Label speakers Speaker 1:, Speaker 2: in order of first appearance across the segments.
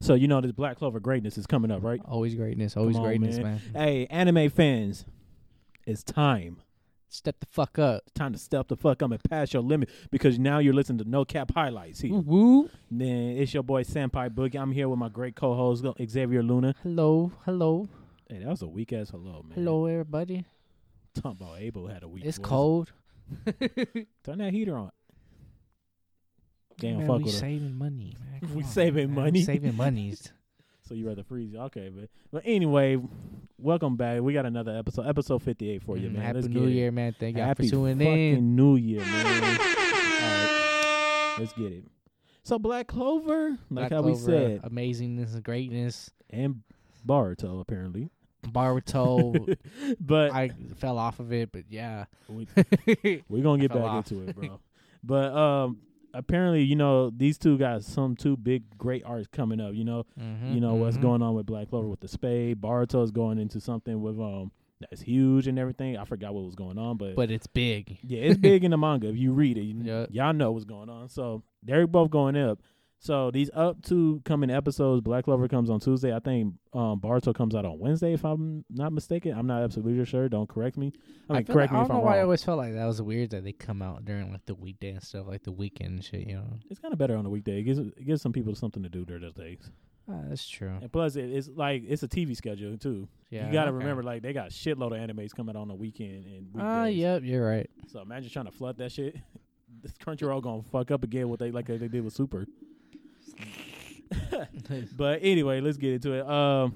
Speaker 1: So you know this Black Clover greatness is coming up, right?
Speaker 2: Always greatness. Always
Speaker 1: on,
Speaker 2: greatness,
Speaker 1: man.
Speaker 2: man.
Speaker 1: Hey, anime fans, it's time.
Speaker 2: Step the fuck up.
Speaker 1: It's time to step the fuck up and pass your limit because now you're listening to No Cap Highlights here.
Speaker 2: Woo woo.
Speaker 1: Then it's your boy Senpai Boogie. I'm here with my great co-host Xavier Luna.
Speaker 2: Hello. Hello.
Speaker 1: Hey, that was a weak ass hello, man.
Speaker 2: Hello, everybody.
Speaker 1: Talking about Abel had a weak.
Speaker 2: It's
Speaker 1: voice.
Speaker 2: cold.
Speaker 1: Turn that heater on. Damn,
Speaker 2: man,
Speaker 1: fuck
Speaker 2: we
Speaker 1: with her.
Speaker 2: saving money. Man. Come
Speaker 1: We
Speaker 2: on,
Speaker 1: saving
Speaker 2: man.
Speaker 1: money.
Speaker 2: Saving monies.
Speaker 1: So you rather freeze? Okay, but but anyway, welcome back. We got another episode, episode 58 for you,
Speaker 2: Mm,
Speaker 1: man.
Speaker 2: Happy
Speaker 1: Let's
Speaker 2: New
Speaker 1: get it.
Speaker 2: Year, man. Thank y'all
Speaker 1: Happy
Speaker 2: for tuning
Speaker 1: fucking
Speaker 2: in.
Speaker 1: New Year, man. All right, let's get it. So Black Clover, like
Speaker 2: Black
Speaker 1: how we
Speaker 2: Clover, uh,
Speaker 1: said,
Speaker 2: amazingness and greatness.
Speaker 1: and Baruto apparently,
Speaker 2: Baruto,
Speaker 1: but
Speaker 2: I fell off of it, but yeah.
Speaker 1: we,
Speaker 2: yeah,
Speaker 1: we're gonna get
Speaker 2: fell
Speaker 1: back
Speaker 2: off.
Speaker 1: into it, bro. but um, apparently, you know, these two got some two big great arcs coming up. You know, you
Speaker 2: Mm-hmm,
Speaker 1: know what's going on with Black Clover with the spade. Baruto's going into something with um that's huge and everything. I forgot what was going on, but
Speaker 2: But it's big.
Speaker 1: Yeah, it's big in the manga. If you read it, you,
Speaker 2: Yeah.
Speaker 1: y'all know what's going on. So they're both going up. So these up to coming episodes, Black Clover comes on Tuesday. I think um, Barto comes out on Wednesday, if I'm not mistaken. I'm not absolutely sure. Don't correct me. I mean,
Speaker 2: feel
Speaker 1: correct
Speaker 2: like-
Speaker 1: me
Speaker 2: I
Speaker 1: if
Speaker 2: don't
Speaker 1: I'm
Speaker 2: know why I
Speaker 1: wrong.
Speaker 2: always felt like that was weird that they come out during like the weekday and stuff, like the weekend and shit. You know,
Speaker 1: It's kind of better on the weekday. It gives it gives some people something to do during those days.
Speaker 2: Ah, that's true.
Speaker 1: And plus, it, it's like it's a TV schedule too.
Speaker 2: Yeah,
Speaker 1: you got to
Speaker 2: okay.
Speaker 1: remember, like they got a shitload of animes coming out on the weekend and weekdays.
Speaker 2: Ah, yep, you're right.
Speaker 1: So imagine trying to flood that shit. This Crunchyroll gonna fuck up again what they like they did with Super. but anyway, let's get into it. Um,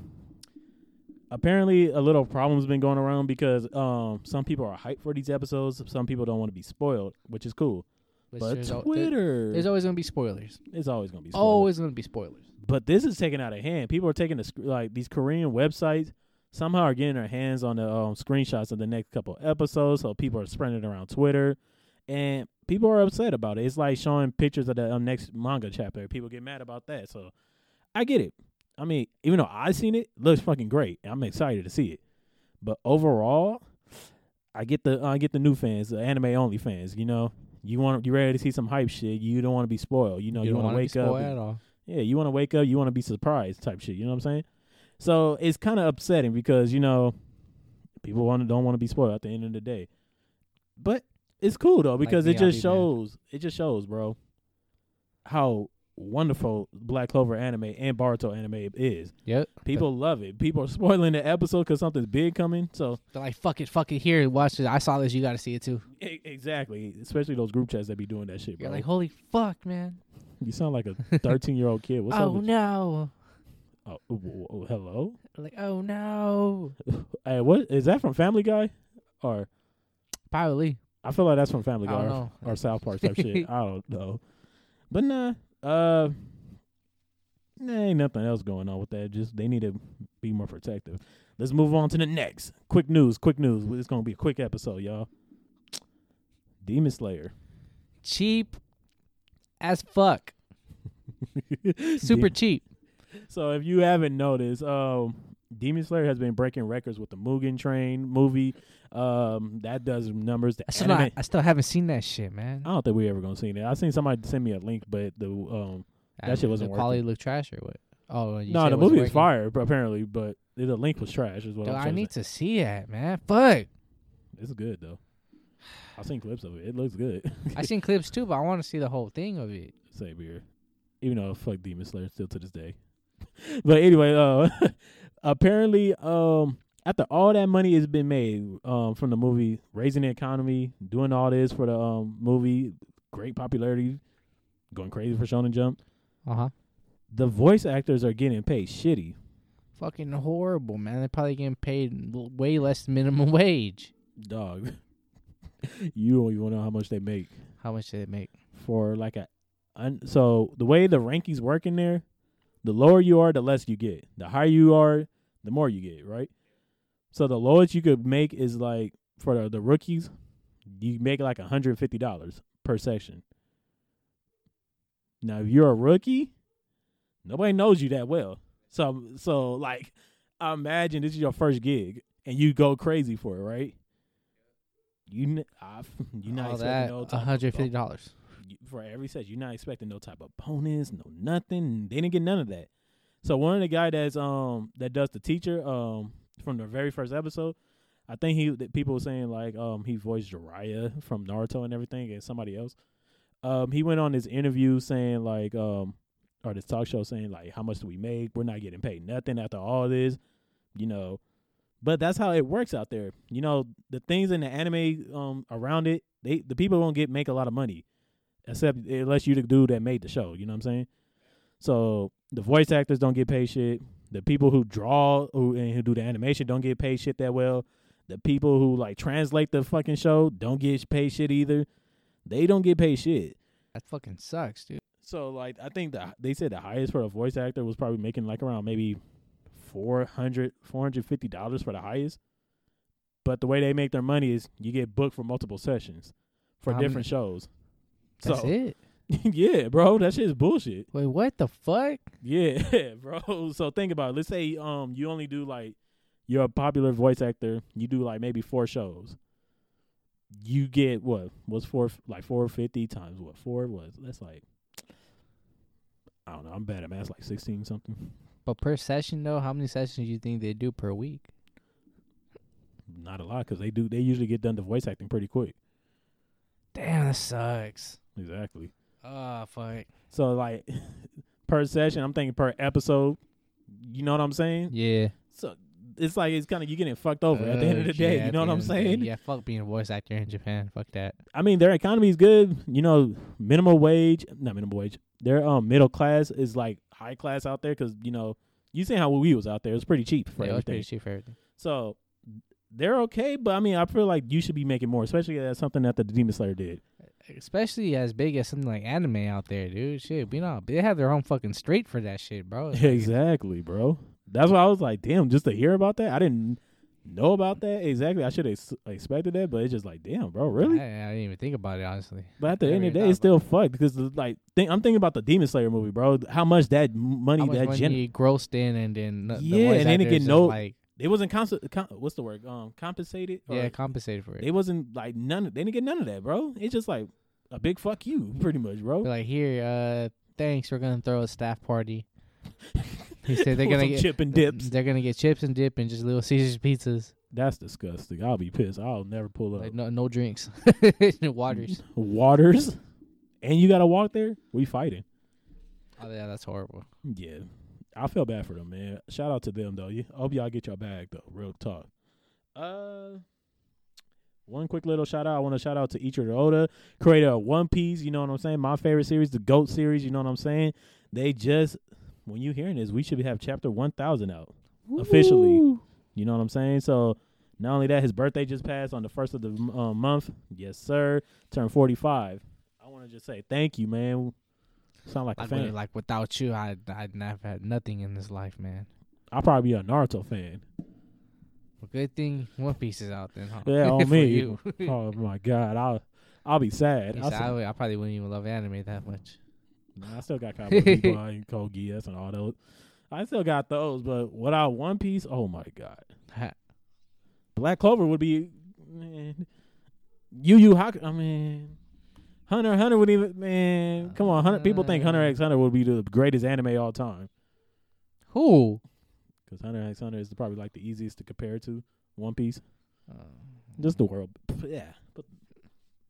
Speaker 1: apparently, a little problem's been going around because um, some people are hyped for these episodes. Some people don't want to be spoiled, which is cool. But
Speaker 2: there's al- Oh, there-
Speaker 1: Twitter,
Speaker 2: there's always gonna be spoilers.
Speaker 1: it's always gonna be spoiled.
Speaker 2: Always gonna be spoilers.
Speaker 1: But this is taken out of hand. People are taking the sc- like these Korean websites somehow are getting their hands on the um, screenshots of the next couple episodes. So people are spreading it around Twitter, and people are upset about it. It's like showing pictures of the um, next manga chapter. People get mad about that. So I get it. I mean, even though I've seen it, it looks fucking great. I'm excited to see it. But overall, I get the I get the new fans, the anime only fans. You know, you want you ready to see some hype shit. You don't want to be spoiled. You know, you,
Speaker 2: don't
Speaker 1: want to
Speaker 2: wanna be
Speaker 1: wake up.
Speaker 2: spoiled
Speaker 1: and-
Speaker 2: at all.
Speaker 1: yeah, you want to wake up, you want to be surprised type shit. You know what I'm saying? So it's kind of upsetting because you know people want to don't want to be spoiled at the end of the day, but it's cool though because
Speaker 2: Like
Speaker 1: it
Speaker 2: me, I'll
Speaker 1: just
Speaker 2: be mad.
Speaker 1: shows it just shows, bro, how wonderful Black Clover anime and Baruto anime is.
Speaker 2: Yep.
Speaker 1: People love it. People are spoiling the episode because something's big coming. So
Speaker 2: They're like, fuck it, fuck it. Here, watch this. I saw this. You got to see it too.
Speaker 1: e- exactly, especially those group chats that be doing that shit,
Speaker 2: You're
Speaker 1: bro.
Speaker 2: like, holy fuck, man.
Speaker 1: you sound like a 13 year old kid. What's up?
Speaker 2: oh
Speaker 1: With
Speaker 2: no.
Speaker 1: you? Oh, w- w- hello.
Speaker 2: Like, oh no.
Speaker 1: Hey, what is that from Family Guy? Or
Speaker 2: Probably.
Speaker 1: I feel like that's from Family
Speaker 2: I
Speaker 1: Guy
Speaker 2: don't
Speaker 1: or,
Speaker 2: know.
Speaker 1: or South Park type shit. I don't know. But nah, uh, nah, ain't nothing else going on with that. Just they need to be more protective. Let's move on to the next. Quick news, quick news. It's gonna be a quick episode, y'all. Demon Slayer,
Speaker 2: Cheap as fuck. Super cheap.
Speaker 1: So if you haven't noticed, um, Demon Slayer has been breaking records with the Mugen Train movie. Um, that does numbers. The
Speaker 2: I still, not,
Speaker 1: anime-
Speaker 2: I still haven't seen that shit, man.
Speaker 1: I don't think we ever gonna see it. I seen somebody send me a link, but the um
Speaker 2: I
Speaker 1: that shit
Speaker 2: mean,
Speaker 1: wasn't
Speaker 2: the quality looked trash or what? Oh, you
Speaker 1: no
Speaker 2: said
Speaker 1: the
Speaker 2: it wasn't
Speaker 1: movie was
Speaker 2: working?
Speaker 1: fire but apparently, but the link was trash. Is what
Speaker 2: Dude,
Speaker 1: I'm
Speaker 2: I
Speaker 1: trying to
Speaker 2: need to see that, man. Fuck.
Speaker 1: say. It's good though. I've seen clips of it. It looks good.
Speaker 2: I seen clips too, but I want to see the whole thing of it.
Speaker 1: Same here. Even though fuck Demon Slayer still to this day. but anyway, uh apparently um after all that money has been made um from the movie, raising the economy, doing all this for the um movie, great popularity, going crazy for Shonen Jump.
Speaker 2: Uh
Speaker 1: Uh-huh.
Speaker 2: huh.
Speaker 1: The voice actors are getting paid shitty.
Speaker 2: Fucking horrible, man. They're probably getting paid l- way less than minimum wage.
Speaker 1: dog. you don't even know how much they make
Speaker 2: How much did it make?
Speaker 1: for like a. Un, so the way the rankings work in there, the lower you are, the less you get. The higher you are, the more you get. Right. So the lowest you could make is like for the, the rookies, you make like hundred and fifty dollars per section. Now, if you're a rookie, nobody knows you that well. So, so like, I imagine this is your first gig and you go crazy for it, right? You, n- I, you're not
Speaker 2: All
Speaker 1: expecting
Speaker 2: that,
Speaker 1: no
Speaker 2: one
Speaker 1: type of
Speaker 2: hundred
Speaker 1: bo-
Speaker 2: fifty dollars.
Speaker 1: you- for every set. You're not expecting no type of bonus, no nothing. They didn't get none of that. So one of the guy that's um that does the teacher um from the very first episode, I think he that people were saying like um he voiced Jiraiya from Naruto and everything and somebody else. Um he went on this interview saying like um or this talk show saying like how much do we make? We're not getting paid nothing after all this, you know. But that's how it works out there. You know, the things in the anime um around it, they the people won't get make a lot of money. Except unless you the dude that made the show, you know what I'm saying? So the voice actors don't get paid shit. The people who draw who and who do the animation don't get paid shit that well. The people who like translate the fucking show don't get paid shit either. They don't get paid shit.
Speaker 2: That fucking sucks, dude.
Speaker 1: So like I think the they said the highest for a voice actor was probably making like around maybe 400 450 dollars for the highest. But the way they make their money is you get booked for multiple sessions for
Speaker 2: Um,
Speaker 1: different shows.
Speaker 2: That's
Speaker 1: so
Speaker 2: it.
Speaker 1: yeah, bro, that shit is bullshit.
Speaker 2: Wait, what the fuck?
Speaker 1: Yeah, bro. So think about it. Let's say um you only do like you're a popular voice actor. You do like maybe four shows. You get what was four like four fifty times what four was that's like I don't know. I'm bad at math. Like sixteen something.
Speaker 2: But per session though, how many sessions do you think they do per week?
Speaker 1: Not a lot because they do. They usually get done to voice acting pretty quick.
Speaker 2: Damn, that sucks.
Speaker 1: Exactly.
Speaker 2: Oh fuck.
Speaker 1: So like per session, I'm thinking per episode. You know what I'm saying?
Speaker 2: Yeah.
Speaker 1: So it's like it's kind of you getting fucked over at the end of the
Speaker 2: Fuck,
Speaker 1: day. you
Speaker 2: yeah, Oh, at
Speaker 1: know
Speaker 2: the
Speaker 1: what I'm
Speaker 2: end of the day.
Speaker 1: saying?
Speaker 2: Yeah, fuck being a voice actor in Japan. Fuck that.
Speaker 1: I mean, their economy is good. You know, minimum wage, not minimum wage. Their um middle class is like high class out there because you know you seen how we was out there. It was pretty cheap for
Speaker 2: Yeah, it was
Speaker 1: everything.
Speaker 2: pretty cheap for everything.
Speaker 1: So they're okay, but I mean, I feel like you should be making more, especially that's something that the Demon Slayer did.
Speaker 2: Especially as big as something like anime out there, dude. Shit, we know they have their own fucking street for that shit, bro. It's like-
Speaker 1: exactly, bro. That's why I was like, damn, just to hear about that, I didn't know about that exactly. I should have expected that, but it's just like, damn, bro, really.
Speaker 2: I, I didn't even think about it honestly.
Speaker 1: But at the
Speaker 2: Never
Speaker 1: end of the
Speaker 2: even
Speaker 1: day, it's
Speaker 2: thought about
Speaker 1: still fucked because like think, I'm thinking about the Demon Slayer movie, bro. How much that m- money
Speaker 2: How much
Speaker 1: that
Speaker 2: money
Speaker 1: gen-
Speaker 2: you grossed in, and then the- the
Speaker 1: Yeah,
Speaker 2: voice
Speaker 1: and then it
Speaker 2: actors
Speaker 1: get
Speaker 2: just,
Speaker 1: no-
Speaker 2: like
Speaker 1: They wasn't cons- com- what's the word? Um, compensated. Or
Speaker 2: yeah compensated for it.
Speaker 1: they wasn't like none. Of, they didn't get none of that, bro. It's just like a big fuck you, pretty much,
Speaker 2: Be
Speaker 1: bro.
Speaker 2: like here, uh, thanks. We're gonna throw a staff party. He said they're
Speaker 1: With
Speaker 2: gonna
Speaker 1: some
Speaker 2: get
Speaker 1: chip and dips.
Speaker 2: They're gonna get chips and dip and just little Caesar's pizzas.
Speaker 1: That's disgusting. I'll be pissed. I'll never pull up
Speaker 2: Like no, no drinks, no waters.
Speaker 1: waters, and you gotta walk there. We fighting.
Speaker 2: Oh yeah, that's horrible.
Speaker 1: Yeah, I feel bad for them, man. Shout out to them though. Yeah, hope y'all get your bag though. Real talk. Uh, one quick little shout out. I want to shout out to Ichiro Oda, creator of One Piece. You know what I'm saying? My favorite series, the Goat series. You know what I'm saying? They just when you hearing this, we should have chapter 1,000 out. Officially. You know what I'm saying? So not only that, his birthday just passed on the first of the um, month. Yes, sir. Turned 45. I want to just say thank you, man. Sound like a
Speaker 2: I
Speaker 1: fan.
Speaker 2: really like without you, I I'd never had nothing in this life, man.
Speaker 1: I'll probably be a Naruto fan.
Speaker 2: Well, good thing One Piece is out then. Huh?
Speaker 1: Yeah, on
Speaker 2: For
Speaker 1: me.
Speaker 2: you.
Speaker 1: oh my god, I'll I'll be sad.
Speaker 2: You
Speaker 1: I'll
Speaker 2: said I, would- I probably wouldn't even love anime that much.
Speaker 1: nah, I still got Cowboy Bebop and Code Geass and all those. I still got those, but without One Piece, oh my god, Black Clover would be man. Yu Yu Haku, I mean. Hunter x Hunter would even man, come on, Hunter, people think
Speaker 2: Uh.
Speaker 1: Hunter X Hunter would be the greatest anime of all time
Speaker 2: Who?
Speaker 1: because Hunter x Hunter is probably like the easiest to compare to One Piece.
Speaker 2: Uh,
Speaker 1: Just the world. Yeah. Put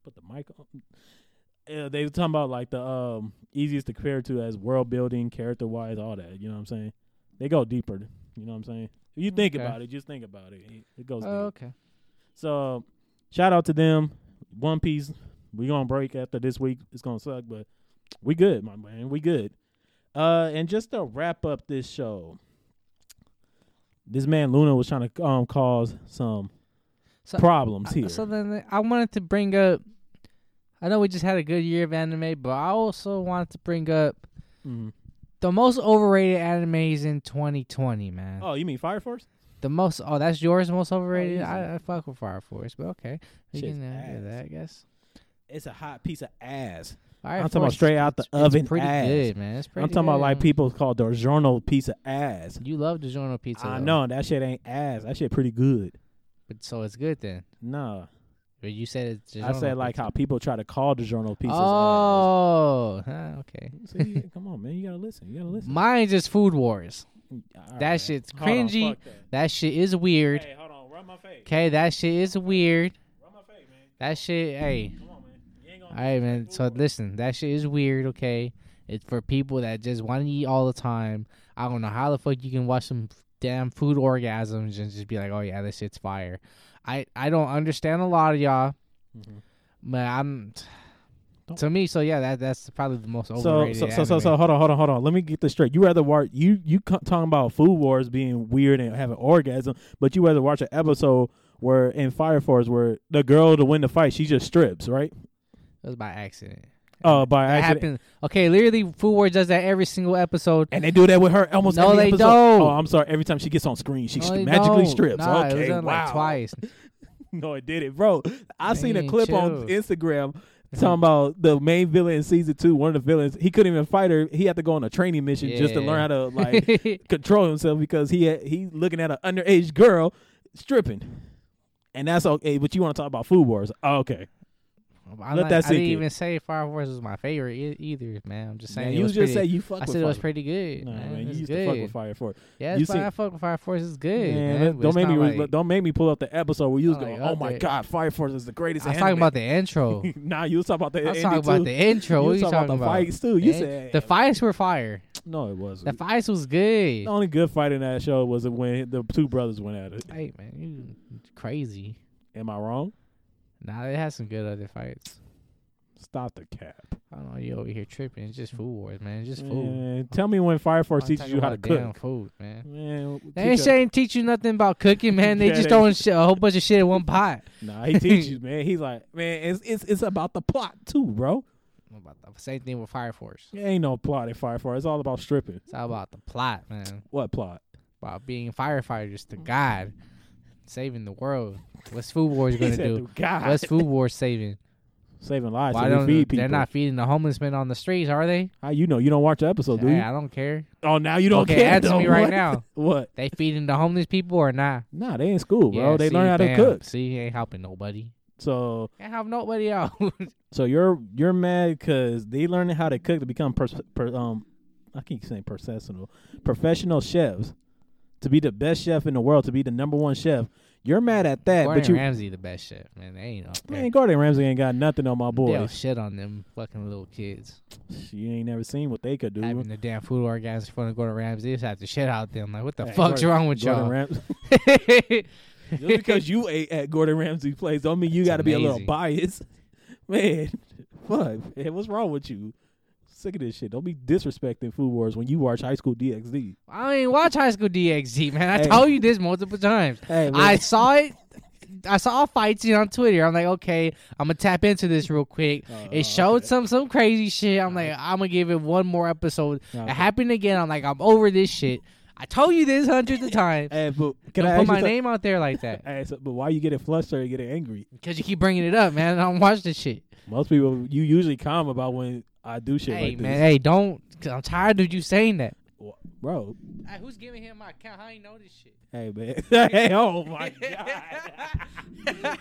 Speaker 1: put the mic on. Yeah, they were talking about like the um easiest to compare to as world building, character wise, all that. You know what I'm saying? They go deeper. You know what I'm saying? If you think
Speaker 2: Okay.
Speaker 1: about it, just think about it. It, it goes deep.
Speaker 2: okay.
Speaker 1: So shout out to them. One Piece. We gonna break after this week. It's gonna suck, but we good, my man. We good. Uh, and just to wrap up this show, this man Luna was trying to um cause some
Speaker 2: So-
Speaker 1: problems
Speaker 2: I-
Speaker 1: here.
Speaker 2: So then uh, I wanted to bring up. I know we just had a good year of anime, but I also wanted to bring up
Speaker 1: Mhm.
Speaker 2: the most overrated animes in 2020, man.
Speaker 1: Oh, you mean Fire Force?
Speaker 2: The most. Oh, that's yours. Most overrated.
Speaker 1: easy.
Speaker 2: I, I fuck with Fire Force, but okay. We
Speaker 1: Shit's
Speaker 2: can uh,
Speaker 1: ass.
Speaker 2: do that, I guess.
Speaker 1: It's a hot piece of ass.
Speaker 2: Fire
Speaker 1: I'm talking about
Speaker 2: Force,
Speaker 1: straight out the
Speaker 2: it's, it's
Speaker 1: oven
Speaker 2: pretty
Speaker 1: ass.
Speaker 2: good, man. It's pretty.
Speaker 1: I'm talking about
Speaker 2: good.
Speaker 1: like people call the DiGiorno piece of ass.
Speaker 2: You love DiGiorno pizza.
Speaker 1: I
Speaker 2: though.
Speaker 1: know that shit ain't ass. That shit pretty good.
Speaker 2: But so it's good then.
Speaker 1: Nah,
Speaker 2: Or you said it's.
Speaker 1: I said
Speaker 2: DiGiorno
Speaker 1: like
Speaker 2: pizza.
Speaker 1: how people try to call DiGiorno pizzas. ass.
Speaker 2: Oh, huh, okay.
Speaker 1: See, come on, man, you gotta listen. You gotta listen.
Speaker 2: Mine's just food wars.
Speaker 1: All right,
Speaker 2: that
Speaker 1: man.
Speaker 2: shit's
Speaker 1: Hold on,
Speaker 2: cringy.
Speaker 1: fuck that.
Speaker 2: That shit is weird.
Speaker 1: Hey, hold on, rub my face.
Speaker 2: Okay, that shit is weird.
Speaker 1: Rub my face, man.
Speaker 2: That shit, hey.
Speaker 1: Come on, man. You ain't gonna
Speaker 2: All right, man. So listen, that shit is weird. Okay, it's for people that just want to eat all the time. I don't know how the fuck you can watch some damn food orgasms and just be like, oh yeah, this shit's fire. I I don't understand a lot of y'all,
Speaker 1: Mhm.
Speaker 2: but I'm.
Speaker 1: Don't-
Speaker 2: To me, so yeah, that that's probably the most
Speaker 1: So
Speaker 2: overrated.
Speaker 1: so so so,
Speaker 2: anime.
Speaker 1: so hold on hold on hold on. Let me get this straight. You rather watch you you co- talking about food wars being weird and having orgasm, but you rather watch an episode where in Fire Force where the girl to win the fight she just strips right?
Speaker 2: That was by accident.
Speaker 1: Uh, by
Speaker 2: That
Speaker 1: accident.
Speaker 2: happened. Okay, literally, Food Wars does that every single episode.
Speaker 1: And they do that with her almost
Speaker 2: No,
Speaker 1: every
Speaker 2: they
Speaker 1: episode.
Speaker 2: don't.
Speaker 1: Oh, I'm sorry. Every time she gets on screen, she
Speaker 2: No,
Speaker 1: st-
Speaker 2: they
Speaker 1: magically
Speaker 2: don't.
Speaker 1: strips.
Speaker 2: Nah,
Speaker 1: okay,
Speaker 2: it was done
Speaker 1: wow.
Speaker 2: like twice.
Speaker 1: No, it did it, bro. I seen a
Speaker 2: Man,
Speaker 1: clip on
Speaker 2: chill.
Speaker 1: Instagram talking about the main villain in season two. One of the villains, he couldn't even fight her. He had to go on a training mission just to
Speaker 2: Yeah.
Speaker 1: learn how to like control himself because he had, he looking at an underage girl stripping, and that's okay. But you want to talk about food wars? Oh, okay,
Speaker 2: I'm
Speaker 1: Let
Speaker 2: not-
Speaker 1: that
Speaker 2: I
Speaker 1: sink
Speaker 2: didn't
Speaker 1: in.
Speaker 2: even say Fire Force was my favorite e- either, man. I'm just saying.
Speaker 1: Man,
Speaker 2: it
Speaker 1: you
Speaker 2: was
Speaker 1: just
Speaker 2: pretty,
Speaker 1: say you fuck.
Speaker 2: I
Speaker 1: with
Speaker 2: said it was
Speaker 1: Fire-
Speaker 2: pretty good.
Speaker 1: Nah,
Speaker 2: man,
Speaker 1: man,
Speaker 2: It
Speaker 1: you
Speaker 2: was
Speaker 1: used
Speaker 2: good.
Speaker 1: to fuck with Fire Force.
Speaker 2: Yeah,
Speaker 1: you
Speaker 2: that's why
Speaker 1: seen-
Speaker 2: I fuck with Fire Force is
Speaker 1: Man,
Speaker 2: good. man,
Speaker 1: that-
Speaker 2: but
Speaker 1: don't
Speaker 2: it's
Speaker 1: make me
Speaker 2: not
Speaker 1: re-
Speaker 2: like-
Speaker 1: don't make me pull up the episode where you was
Speaker 2: Not
Speaker 1: going.
Speaker 2: like
Speaker 1: Oh my
Speaker 2: update.
Speaker 1: god, Fire Force is the greatest.
Speaker 2: I was
Speaker 1: anime."
Speaker 2: talking about the intro.
Speaker 1: nah, you was talking about the.
Speaker 2: I was
Speaker 1: ending
Speaker 2: talking about
Speaker 1: too.
Speaker 2: the intro.
Speaker 1: You
Speaker 2: What are
Speaker 1: was
Speaker 2: you
Speaker 1: talking about the fights too? You
Speaker 2: Eh?
Speaker 1: said
Speaker 2: The fights were fire.
Speaker 1: no, it wasn't.
Speaker 2: The fights was good.
Speaker 1: The only good fight in that show was when the two brothers went at it.
Speaker 2: Hey man, you crazy.
Speaker 1: Am I wrong?
Speaker 2: Nah, it had some good other fights.
Speaker 1: Stop the cap.
Speaker 2: I don't know. You over here tripping? It's just food wars, man. It's just food.
Speaker 1: Man, tell me when Fire Force
Speaker 2: I'm
Speaker 1: teaches
Speaker 2: talking
Speaker 1: you how to
Speaker 2: about damn
Speaker 1: cook.
Speaker 2: food, man.
Speaker 1: Man,
Speaker 2: They ain't
Speaker 1: teacher-
Speaker 2: saying teach you nothing about cooking, man. They
Speaker 1: Yeah,
Speaker 2: just
Speaker 1: they-
Speaker 2: throwing shit, a whole bunch of shit in one pot.
Speaker 1: Nah, he teaches, man. He's like, man, it's it's it's about the plot too, bro.
Speaker 2: About the same thing with Fire Force.
Speaker 1: There ain't no plot in Fire Force. It's all about stripping.
Speaker 2: It's all about the plot, man.
Speaker 1: What plot?
Speaker 2: About being firefighters to God, saving the world. What's Food Wars
Speaker 1: He
Speaker 2: gonna
Speaker 1: said,
Speaker 2: do?
Speaker 1: "Through God,
Speaker 2: What's Food Wars saving?
Speaker 1: saving lives.
Speaker 2: Why
Speaker 1: so we
Speaker 2: don't
Speaker 1: feed people.
Speaker 2: they're not feeding the homeless men on the streets? Are they?
Speaker 1: How you know? You don't watch the episode, do
Speaker 2: Hey,
Speaker 1: you?
Speaker 2: I don't care.
Speaker 1: Oh, now you don't
Speaker 2: okay,
Speaker 1: care.
Speaker 2: answer
Speaker 1: though.
Speaker 2: me right
Speaker 1: What?
Speaker 2: now.
Speaker 1: What?
Speaker 2: They feeding the homeless people or not?
Speaker 1: Nah, they in school, bro.
Speaker 2: Yeah,
Speaker 1: they
Speaker 2: see,
Speaker 1: learn how to
Speaker 2: bam.
Speaker 1: cook.
Speaker 2: See, ain't helping nobody.
Speaker 1: So,
Speaker 2: Can't help nobody out.
Speaker 1: so you're you're mad because they learning how to cook to become pers- per, um, I keep saying professional, professional chefs, to be the best chef in the world, to be the number one chef. You're mad at that,
Speaker 2: Gordon
Speaker 1: but you
Speaker 2: Ramsay the best chef, man. They ain't up there.
Speaker 1: man, Gordon Ramsay ain't got nothing on my
Speaker 2: They don't
Speaker 1: boys.
Speaker 2: shit on them fucking little kids.
Speaker 1: You ain't never seen what they could do.
Speaker 2: Having the damn food organs in front of Gordon Ramsay, they just have to shit out them. Like, what the
Speaker 1: Hey,
Speaker 2: fuck's
Speaker 1: Gordon-
Speaker 2: wrong with
Speaker 1: Gordon
Speaker 2: y'all?
Speaker 1: Ramsay. Just because you ate at Gordon Ramsay's place don't mean you
Speaker 2: It's
Speaker 1: got to be a little
Speaker 2: amazing.
Speaker 1: biased, man. Fuck, man, what's wrong with you? Sick of this shit. Don't be disrespecting Food Wars when you watch High School DxD.
Speaker 2: I ain't watch High School DxD, man. I
Speaker 1: Hey.
Speaker 2: told you this multiple times.
Speaker 1: Hey,
Speaker 2: I saw it. I saw fights on Twitter. I'm like, okay, I'm gonna tap into this real quick.
Speaker 1: Oh,
Speaker 2: It showed
Speaker 1: Uh,
Speaker 2: some some crazy shit. I'm like, I'm gonna give it one more episode.
Speaker 1: Okay.
Speaker 2: It happened again. I'm like, I'm over this shit. I told you this hundreds of times.
Speaker 1: Hey, but can
Speaker 2: Don't
Speaker 1: I ask
Speaker 2: put
Speaker 1: you
Speaker 2: my
Speaker 1: some-
Speaker 2: name out there like that
Speaker 1: Hey, so- but why you getting flustered and getting angry?
Speaker 2: because you keep bringing it up, man. I don't watch this shit.
Speaker 1: Most people, you usually calm about when I do shit
Speaker 2: hey,
Speaker 1: like
Speaker 2: man.
Speaker 1: this,
Speaker 2: Hey, don't. i I'm tired of you saying that.
Speaker 1: bro.
Speaker 2: Hey, who's giving him my account? How you know this shit?
Speaker 1: Hey, man. hey, oh my god.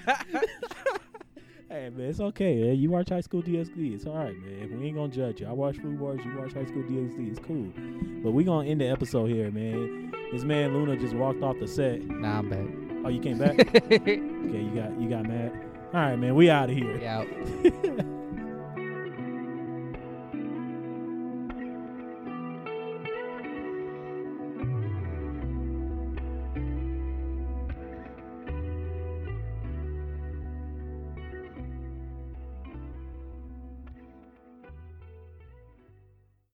Speaker 1: Hey man, it's okay. Man. You watch High School DxD. It's all right, man. We ain't gonna judge you. I watch Food Wars. You watch High School DxD. It's cool. But we gonna end the episode here, man. This man Luna just walked off the set.
Speaker 2: nah, I'm back.
Speaker 1: Oh, you came back? okay, you got you got mad. All right, man. We out of here.
Speaker 2: Yeah.